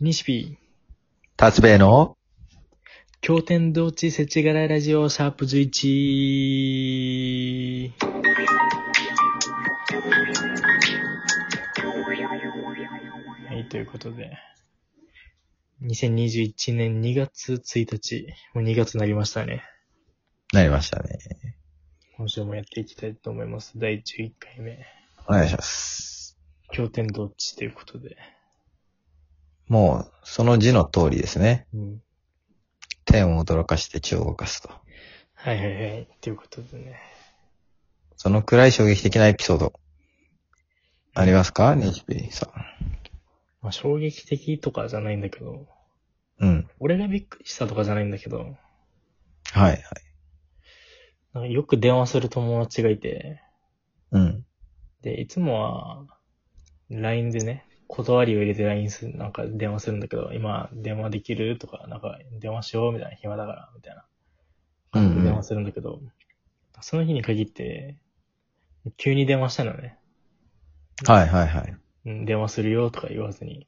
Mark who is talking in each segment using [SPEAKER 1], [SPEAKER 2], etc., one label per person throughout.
[SPEAKER 1] 西日、
[SPEAKER 2] 達兵衛の
[SPEAKER 1] 経典同地せちがらいラジオシャープ11。はい、ということで、2021年2月1日、もう2月になりましたね。
[SPEAKER 2] なりましたね。
[SPEAKER 1] 今週もやっていきたいと思います。第11回目、
[SPEAKER 2] お願いします。
[SPEAKER 1] 経典同地ということで。
[SPEAKER 2] もう、その字の通りですね。
[SPEAKER 1] うん。
[SPEAKER 2] 天を驚かして地を動かすと。
[SPEAKER 1] はいはいはい、ということでね。
[SPEAKER 2] そのくらい衝撃的なエピソード。ありますか西日さ
[SPEAKER 1] まあ、衝撃的とかじゃないんだけど、
[SPEAKER 2] ん。うん。
[SPEAKER 1] 俺がびっくりしたとかじゃないんだけど、
[SPEAKER 2] はい、はい。
[SPEAKER 1] なんかよく電話する友達がいて、
[SPEAKER 2] うん。
[SPEAKER 1] で、いつもは、LINE でね、断りを入れて LINE する、なんか電話するんだけど、今電話できるとか、なんか電話しようみたいな暇だから、みたいな。
[SPEAKER 2] うん、う
[SPEAKER 1] 電
[SPEAKER 2] ん
[SPEAKER 1] 話。するんだけど、その日に限って、急に電話したのね。
[SPEAKER 2] はい、はい、はい。
[SPEAKER 1] うん電話するよとか言わずに。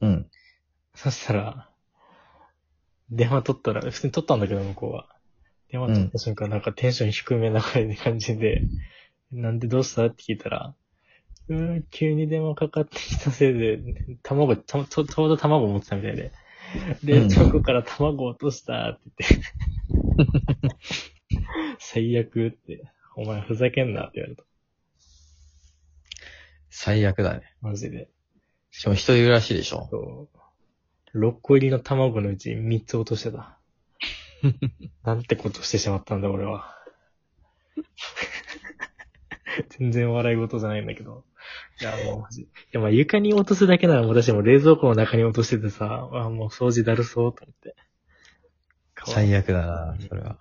[SPEAKER 2] うん。
[SPEAKER 1] そしたら、電話取ったら、普通に取ったんだけど、向こうは。電話取った瞬間、なんかテンション低めな感じで、なんでどうしたって聞いたら、うーん、急に電話かかってきたせいで、卵、たちょちょうど卵持ってたみたいで、冷凍庫から卵落としたって言って、最悪って、お前ふざけんなって言われた。
[SPEAKER 2] 最悪だね。
[SPEAKER 1] マジで。
[SPEAKER 2] しかも一人暮らしでしょ。
[SPEAKER 1] そう。6個入りの卵のうち3つ落としてた。なんてことしてしまったんだ、俺は。全然笑い事じゃないんだけど。いや、もうマジ。いや、まあ床に落とすだけなら私も冷蔵庫の中に落としててさ、あもう掃除だるそうと思って。かわいい。
[SPEAKER 2] 最悪だな、それは。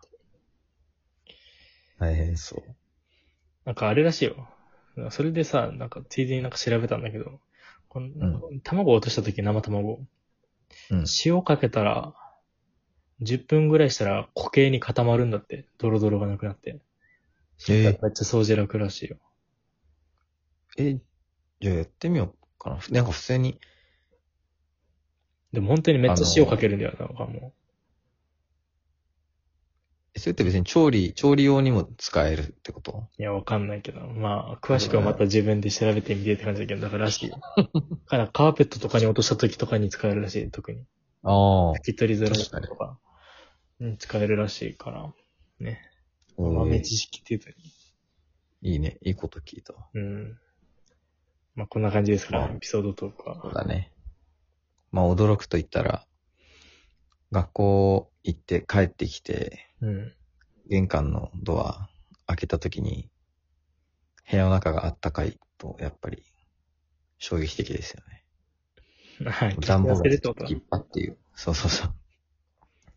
[SPEAKER 2] 大変そう。
[SPEAKER 1] なんかあれらしいよ。それでさ、なんかついでになんか調べたんだけど、この卵落とした時生卵。
[SPEAKER 2] うん。
[SPEAKER 1] 塩かけたら、10分ぐらいしたら固形に固まるんだって。ドロドロがなくなって。
[SPEAKER 2] えー
[SPEAKER 1] めっちゃ掃除楽らしいよ。
[SPEAKER 2] え、じゃあやってみようかな。なんか普通に、
[SPEAKER 1] でも本当にめっちゃ
[SPEAKER 2] あのー
[SPEAKER 1] 塩かけるんだよ、なんかも
[SPEAKER 2] それって別に調理、調理用にも使えるってこと
[SPEAKER 1] う。いや、わかんないけど。まあ、詳しくはまた自分で調べてみてって感じだけど、だかららしいよ。だからカーペットとかに落とした時とかに使えるらしい、特に。
[SPEAKER 2] ああ。
[SPEAKER 1] 拭き取りづらいとかに使えるらしいから。ね。豆知識っていうと
[SPEAKER 2] いいね。いいこと聞いたわ。
[SPEAKER 1] うん。まあ、こんな感じですから、
[SPEAKER 2] うん
[SPEAKER 1] エピソードとか。
[SPEAKER 2] そうだね。まあ、驚くと言ったら、学校行って帰ってきて、
[SPEAKER 1] うん。
[SPEAKER 2] 玄関のドア開けた時に、部屋の中があったかいと、やっぱり、衝撃的ですよね。
[SPEAKER 1] はい。
[SPEAKER 2] 暖房
[SPEAKER 1] 忘
[SPEAKER 2] が
[SPEAKER 1] れ
[SPEAKER 2] つ
[SPEAKER 1] るってことだ
[SPEAKER 2] きっぱっていう。そうそうそう。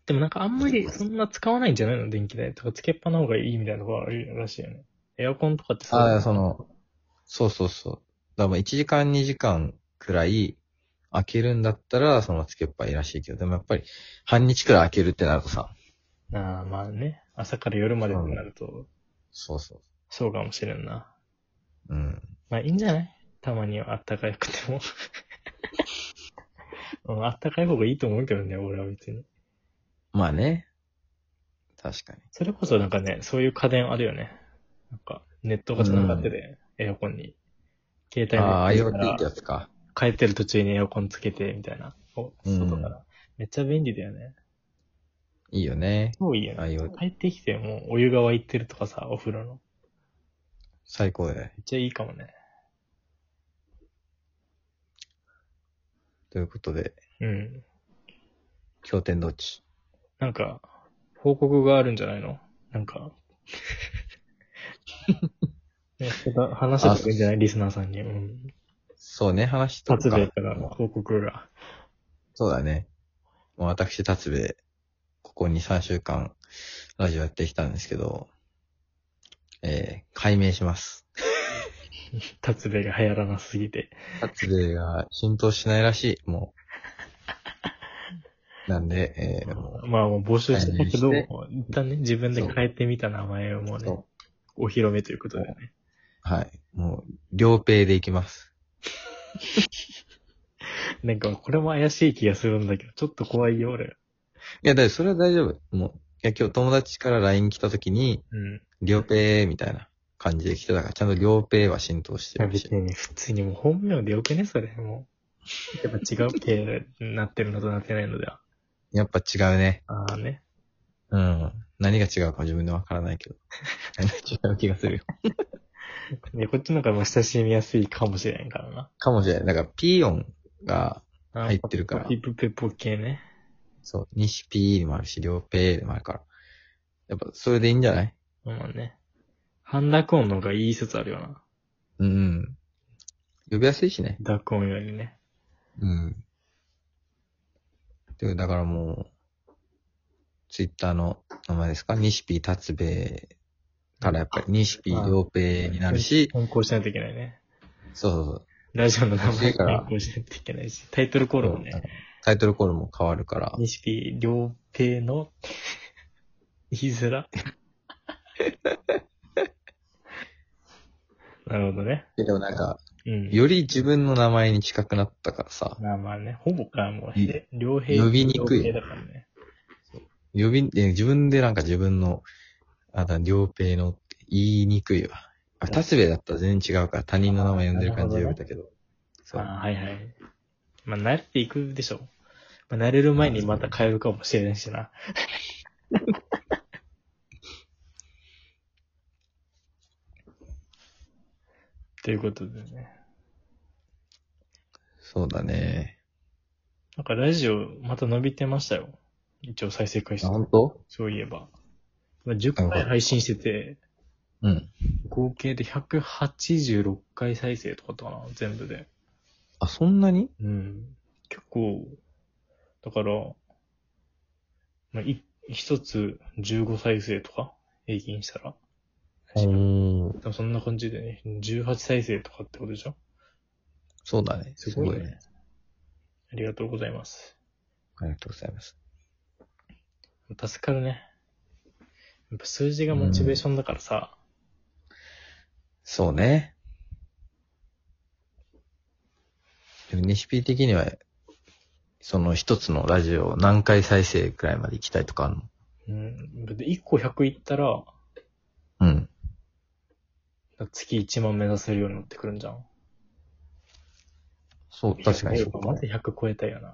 [SPEAKER 1] でもなんかあんまりそんな使わないんじゃないの電気代とかつけっぱな方がいいみたいなところあるらしいよね。エアコンとかってそう
[SPEAKER 2] ああ、その、そうそうそう。だからまあ1時間2時間くらい開けるんだったら、そのつけっぱいいらしいけど、でもやっぱり半日くらい開けるってなるとさ、
[SPEAKER 1] ああ、まあね。朝から夜までってなると、
[SPEAKER 2] そうそ
[SPEAKER 1] そうかもしれんな。
[SPEAKER 2] う。うん。
[SPEAKER 1] まあいいんじゃないたまにはあったかくても。 うん、あったかい方がいいと思うけどね、俺は別に。
[SPEAKER 2] まあね。確かに。
[SPEAKER 1] それこそなんかね、そういう家電あるよね。なんか、ネットが繋がってて、エアコンに。携帯
[SPEAKER 2] ああ、
[SPEAKER 1] で見てた
[SPEAKER 2] IoT
[SPEAKER 1] ら
[SPEAKER 2] ってやつか。
[SPEAKER 1] 帰ってる途中にエアコンつけて、みたいな。お外から、めっちゃ便利だよね。
[SPEAKER 2] いいよね。
[SPEAKER 1] 超いいよね。
[SPEAKER 2] IoT。
[SPEAKER 1] 帰ってきてもうお湯が沸いてるとかさ、お風呂の。
[SPEAKER 2] 最高だよ。
[SPEAKER 1] めっちゃいいかもね。
[SPEAKER 2] ということで、
[SPEAKER 1] うん。
[SPEAKER 2] 経典どっち
[SPEAKER 1] なんか、報告があるんじゃないのなん か。ねちょっと話してもいいんじゃないリスナーさんに。うん。
[SPEAKER 2] そうね、話しと
[SPEAKER 1] 達
[SPEAKER 2] く
[SPEAKER 1] 兵衛
[SPEAKER 2] か。
[SPEAKER 1] からの報告が。
[SPEAKER 2] そうだね。もう私、達兵衛、ここに3週間、ラジオやってきたんですけど、えー、解明します。
[SPEAKER 1] 達兵衛が流行らなすぎて。
[SPEAKER 2] 達兵衛が浸透しないらしい、もう。なんで、えー、も
[SPEAKER 1] まあもう募集してたけど、
[SPEAKER 2] 解明して
[SPEAKER 1] 一旦ね、自分で変えてみた名前をもう
[SPEAKER 2] う、
[SPEAKER 1] ね、
[SPEAKER 2] そう
[SPEAKER 1] お披露目ということでね。
[SPEAKER 2] はい。もう、両ペイでいきます。
[SPEAKER 1] なんか、これも怪しい気がするんだけど、ちょっと怖いよ、俺。
[SPEAKER 2] いや、だってそれは大丈夫。もう、いや、今日友達から LINE 来た時に、
[SPEAKER 1] うん。
[SPEAKER 2] りょうぺーみたいな感じで来てたから、ちゃんとりょうぺーは浸透してるし
[SPEAKER 1] 別。に、普通にもう本名でよくね、それ。もう。やっぱ違う系になってるのとなってないのでは。
[SPEAKER 2] やっぱ違うね。
[SPEAKER 1] ああね。
[SPEAKER 2] うん。何が違うか自分でわからないけど。何が違う気が するよ。
[SPEAKER 1] で、こっちの方がまあ親しみやすいかもしれんからな。
[SPEAKER 2] かもしれない。だから、ピーヨンが、
[SPEAKER 1] あー
[SPEAKER 2] 入ってるから
[SPEAKER 1] ピップペポ系ね。
[SPEAKER 2] そう、西ピーでもあるし、りょうぺーでもあるから。やっぱ、それでいいんじゃない
[SPEAKER 1] まあね。半濁音の方がいい説あるよな。
[SPEAKER 2] うんうん。呼びやすいしね。
[SPEAKER 1] 濁音よりね。
[SPEAKER 2] うん。で、だからもう、ツイッターの名前ですか西ピー達兵衛からやっぱり西ピーりょうぺーになるし、
[SPEAKER 1] 変更しないといけないね。
[SPEAKER 2] そうそうそう。
[SPEAKER 1] ラジオの名
[SPEAKER 2] そう
[SPEAKER 1] 前
[SPEAKER 2] だから
[SPEAKER 1] 変更しないといけないし、タイトルコールもね、
[SPEAKER 2] タイトルコールも変わるから。
[SPEAKER 1] 西ピ両平の言いづ ら。なるほどね。
[SPEAKER 2] でもなんか、
[SPEAKER 1] うん。
[SPEAKER 2] より自分の名前に近くなったからさ、
[SPEAKER 1] まあまあね、ほぼか、もう
[SPEAKER 2] い、
[SPEAKER 1] 両平
[SPEAKER 2] 呼びにくい
[SPEAKER 1] 両平だからね。
[SPEAKER 2] 呼び、え自分でなんか自分の、あだ、りょうぺーのって言いにくいわ。あ、達兵衛だったら全然違うから他人の名前呼んでる感じで呼べたけど。そう。
[SPEAKER 1] ああ、はいはい。まあ、慣れていくでしょ。まあ、慣れる前にまた変えるかもしれないし な。ということでね。
[SPEAKER 2] そうだね。
[SPEAKER 1] なんかラジオまた伸びてましたよ。一応再生回数
[SPEAKER 2] あ、。本当？
[SPEAKER 1] そういえば。まあ10回配信してて、
[SPEAKER 2] うん。
[SPEAKER 1] 合計で186回再生とかだったかな、全部で。
[SPEAKER 2] あ、そんなに
[SPEAKER 1] うん。結構、だから、まあ、い一つ15再生とか、平均したら。
[SPEAKER 2] おー
[SPEAKER 1] でもそんな感じでね、18再生とかってことでしょ
[SPEAKER 2] そうだね。
[SPEAKER 1] すごいね
[SPEAKER 2] ね。
[SPEAKER 1] ありがとうございます。
[SPEAKER 2] ありがとうございます。
[SPEAKER 1] 助かるね。やっぱ数字がモチベーションだからさ、
[SPEAKER 2] そうね。でも、西 P 的には、その一つのラジオを何回再生くらいまで行きたいとかあるの
[SPEAKER 1] うん。で、1個100いったら、
[SPEAKER 2] うん。
[SPEAKER 1] 月1万目指せるようになってくるんじゃん。
[SPEAKER 2] そう、確かにそうか
[SPEAKER 1] ま。ず100超えたいよな。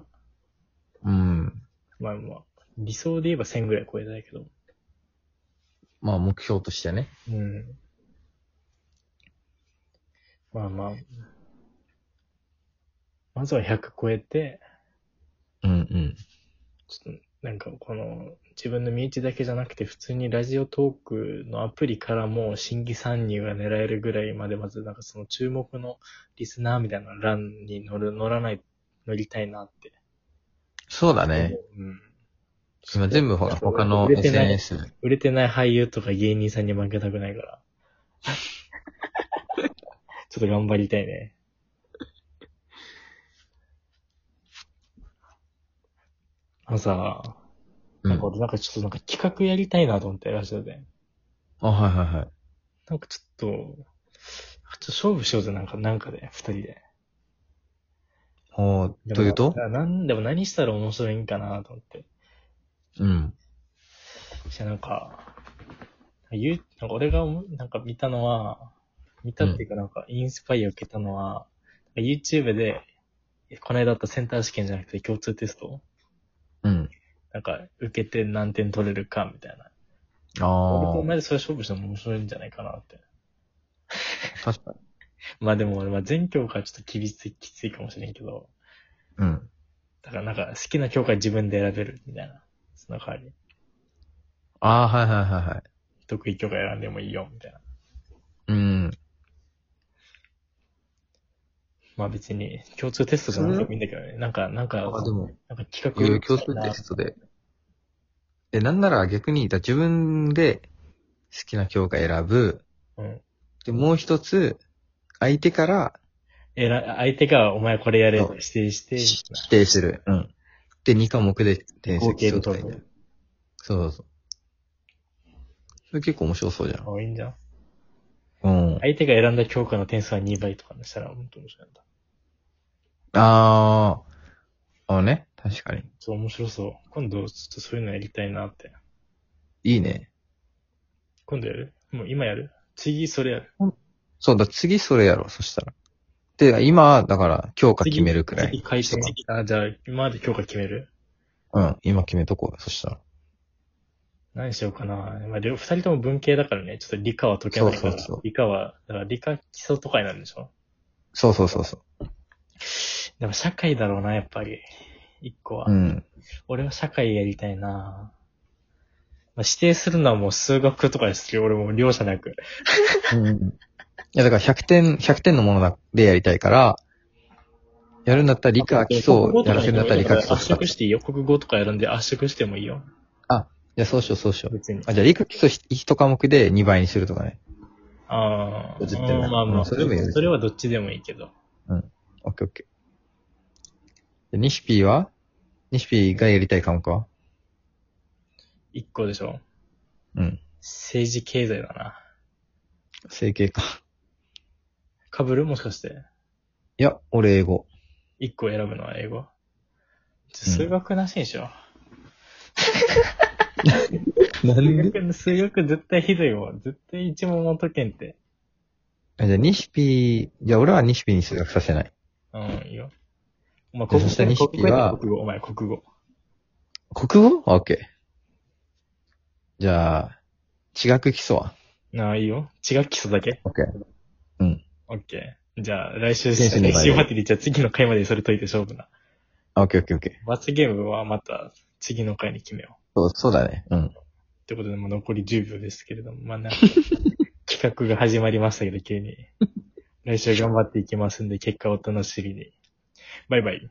[SPEAKER 2] うん。
[SPEAKER 1] まあまあ、理想で言えば1000ぐらい超えたいけど。
[SPEAKER 2] まあ、目標としてね。
[SPEAKER 1] うん。まあまあ。まずは100超えて、
[SPEAKER 2] うんうん。
[SPEAKER 1] ちょっと、なんかこの、自分の身内だけじゃなくて、普通にラジオトークのアプリからも新規参入が狙えるぐらいまで、まずなんかその注目のリスナーみたいな欄に乗る、乗らない、乗りたいなって。
[SPEAKER 2] そうだね。
[SPEAKER 1] うん。
[SPEAKER 2] 今全部ほら、他の
[SPEAKER 1] 売れてない
[SPEAKER 2] SNS。
[SPEAKER 1] 売れてない俳優とか芸人さんに負けたくないから。 ちょっと頑張りたいね。あのさ、
[SPEAKER 2] うん。
[SPEAKER 1] なんか俺なんかちょっとなんか企画やりたいなと思って、ラジオで。
[SPEAKER 2] あ、はいはいはい。
[SPEAKER 1] なんかちょっと、ちょっと勝負しようぜ、なんか、なんかで、二人で。
[SPEAKER 2] ほう、というと
[SPEAKER 1] でもなんでも何したら面白いんかなと思って。
[SPEAKER 2] うん。
[SPEAKER 1] じゃなんか、ゆなんか俺が思うなんか見たのは、見たっていうかなんかインスパイアを受けたのは、YouTube で、この間あったセンター試験じゃなくて共通テスト
[SPEAKER 2] うん。
[SPEAKER 1] なんか受けて何点取れるかみたいな。俺と
[SPEAKER 2] あ
[SPEAKER 1] お前でそれ勝負しても面白いんじゃないかなって。
[SPEAKER 2] あ、確かに。
[SPEAKER 1] まあでも俺は全教科ちょっと厳しい、きついかもしれんけど、
[SPEAKER 2] うん。
[SPEAKER 1] だからなんか好きな教科自分で選べるみたいな。その代わり、
[SPEAKER 2] ああ、はいはいはいはい。
[SPEAKER 1] 得意教科選んでもいいよみたいな。
[SPEAKER 2] うん。
[SPEAKER 1] まあ別に共通テストじゃなくてもいいんだけどね。なんか、なんか、
[SPEAKER 2] あ、でも、
[SPEAKER 1] なんか企
[SPEAKER 2] い
[SPEAKER 1] 画
[SPEAKER 2] ろいろ共通テストで。え、なんなら逆に、だ自分で好きな教科選ぶ。
[SPEAKER 1] うん。
[SPEAKER 2] で、もう一つ、相手から
[SPEAKER 1] えら、相手がお前これやれ
[SPEAKER 2] そ
[SPEAKER 1] と
[SPEAKER 2] う
[SPEAKER 1] 指定して、
[SPEAKER 2] 指定する。うん。で、二科目で点数
[SPEAKER 1] 合計
[SPEAKER 2] 競
[SPEAKER 1] で
[SPEAKER 2] うと
[SPEAKER 1] 取
[SPEAKER 2] か
[SPEAKER 1] る
[SPEAKER 2] になる。そうそうそう。それ結構面白そうじゃん。
[SPEAKER 1] あ、いいんじゃん。
[SPEAKER 2] うん。
[SPEAKER 1] 相手が選んだ教科の点数は2倍とかにしたら、本当面白いんだ。
[SPEAKER 2] あー。あね。確かに。
[SPEAKER 1] そう、面白そう。今度、ちょっとそういうのやりたいなって。
[SPEAKER 2] いいね。
[SPEAKER 1] 今度やるもう今やる次それやる。
[SPEAKER 2] そうだ、次それやろう、そしたら。で、今、だから、強化決めるくら
[SPEAKER 1] 次
[SPEAKER 2] い。
[SPEAKER 1] 回転。あ、じゃあ、今まで強化決める。
[SPEAKER 2] うん、今決めとこう、そしたら。
[SPEAKER 1] 何しようかな。まあ、両二人とも文系だからね、ちょっと理科は解けないから。
[SPEAKER 2] そうそうそう
[SPEAKER 1] 理科は、だから理科基礎とかになるんでしょ
[SPEAKER 2] そうそうそうそ
[SPEAKER 1] でも社会だろうな、やっぱり。一個は。
[SPEAKER 2] う。うん。
[SPEAKER 1] 俺は社会やりたいな。まあ、指定するのはもう数学とかですよ。俺もう両者なく。
[SPEAKER 2] うん。いや、だから100点、100点のものだでやりたいから、やるんだったら理科基礎をやらせるんだったら理科基礎
[SPEAKER 1] 圧
[SPEAKER 2] とか。
[SPEAKER 1] 縮
[SPEAKER 2] い
[SPEAKER 1] していいよ。国語とかやるんで圧縮してもいいよ。
[SPEAKER 2] や、そうしよう、そうしよう。
[SPEAKER 1] 別に。
[SPEAKER 2] あ、じゃあ理科基礎1科目で2倍にするとかね。
[SPEAKER 1] ああ。
[SPEAKER 2] 50点だ
[SPEAKER 1] まあま
[SPEAKER 2] う
[SPEAKER 1] あ。
[SPEAKER 2] んそれでもいいよ
[SPEAKER 1] それはどっちでもいいけど。
[SPEAKER 2] オッケーオッケー。で、西 P は西 P がやりたい科目は
[SPEAKER 1] 一個でしょ。
[SPEAKER 2] うん。
[SPEAKER 1] 政治経済だな。
[SPEAKER 2] 整形か。
[SPEAKER 1] かぶるもしかして。
[SPEAKER 2] いや、俺英語。
[SPEAKER 1] 一個選ぶのは英語。ちょ数学なしにしよ
[SPEAKER 2] な
[SPEAKER 1] う。数学、数学絶対ひどいわ。絶対一問も解けんって。
[SPEAKER 2] じゃあ、西 P、じゃあ俺は西 P に数学させない。
[SPEAKER 1] うん、いいよ。お前、
[SPEAKER 2] で
[SPEAKER 1] 国
[SPEAKER 2] そ
[SPEAKER 1] 語
[SPEAKER 2] したら錦
[SPEAKER 1] 国語や
[SPEAKER 2] は
[SPEAKER 1] って国語、お前、国語。
[SPEAKER 2] 国語オッケー。じゃあ、地学基礎は
[SPEAKER 1] なあ、いいよ。違う基礎だけ
[SPEAKER 2] オッケー。
[SPEAKER 1] オッケー。じゃあ、来週、来
[SPEAKER 2] 先生に
[SPEAKER 1] 週までに、じゃあ次の回までそれ解いて勝負な。
[SPEAKER 2] オッケーオッケーオッケー。
[SPEAKER 1] 罰ゲームはまた次の回に決めよう。
[SPEAKER 2] そう、そうだね。うん。
[SPEAKER 1] ってことで、もう残り10秒ですけれども、まあなんか、企画が始まりましたけど、急に。来週頑張っていきますんで、結果をお楽しみに。バイバイ。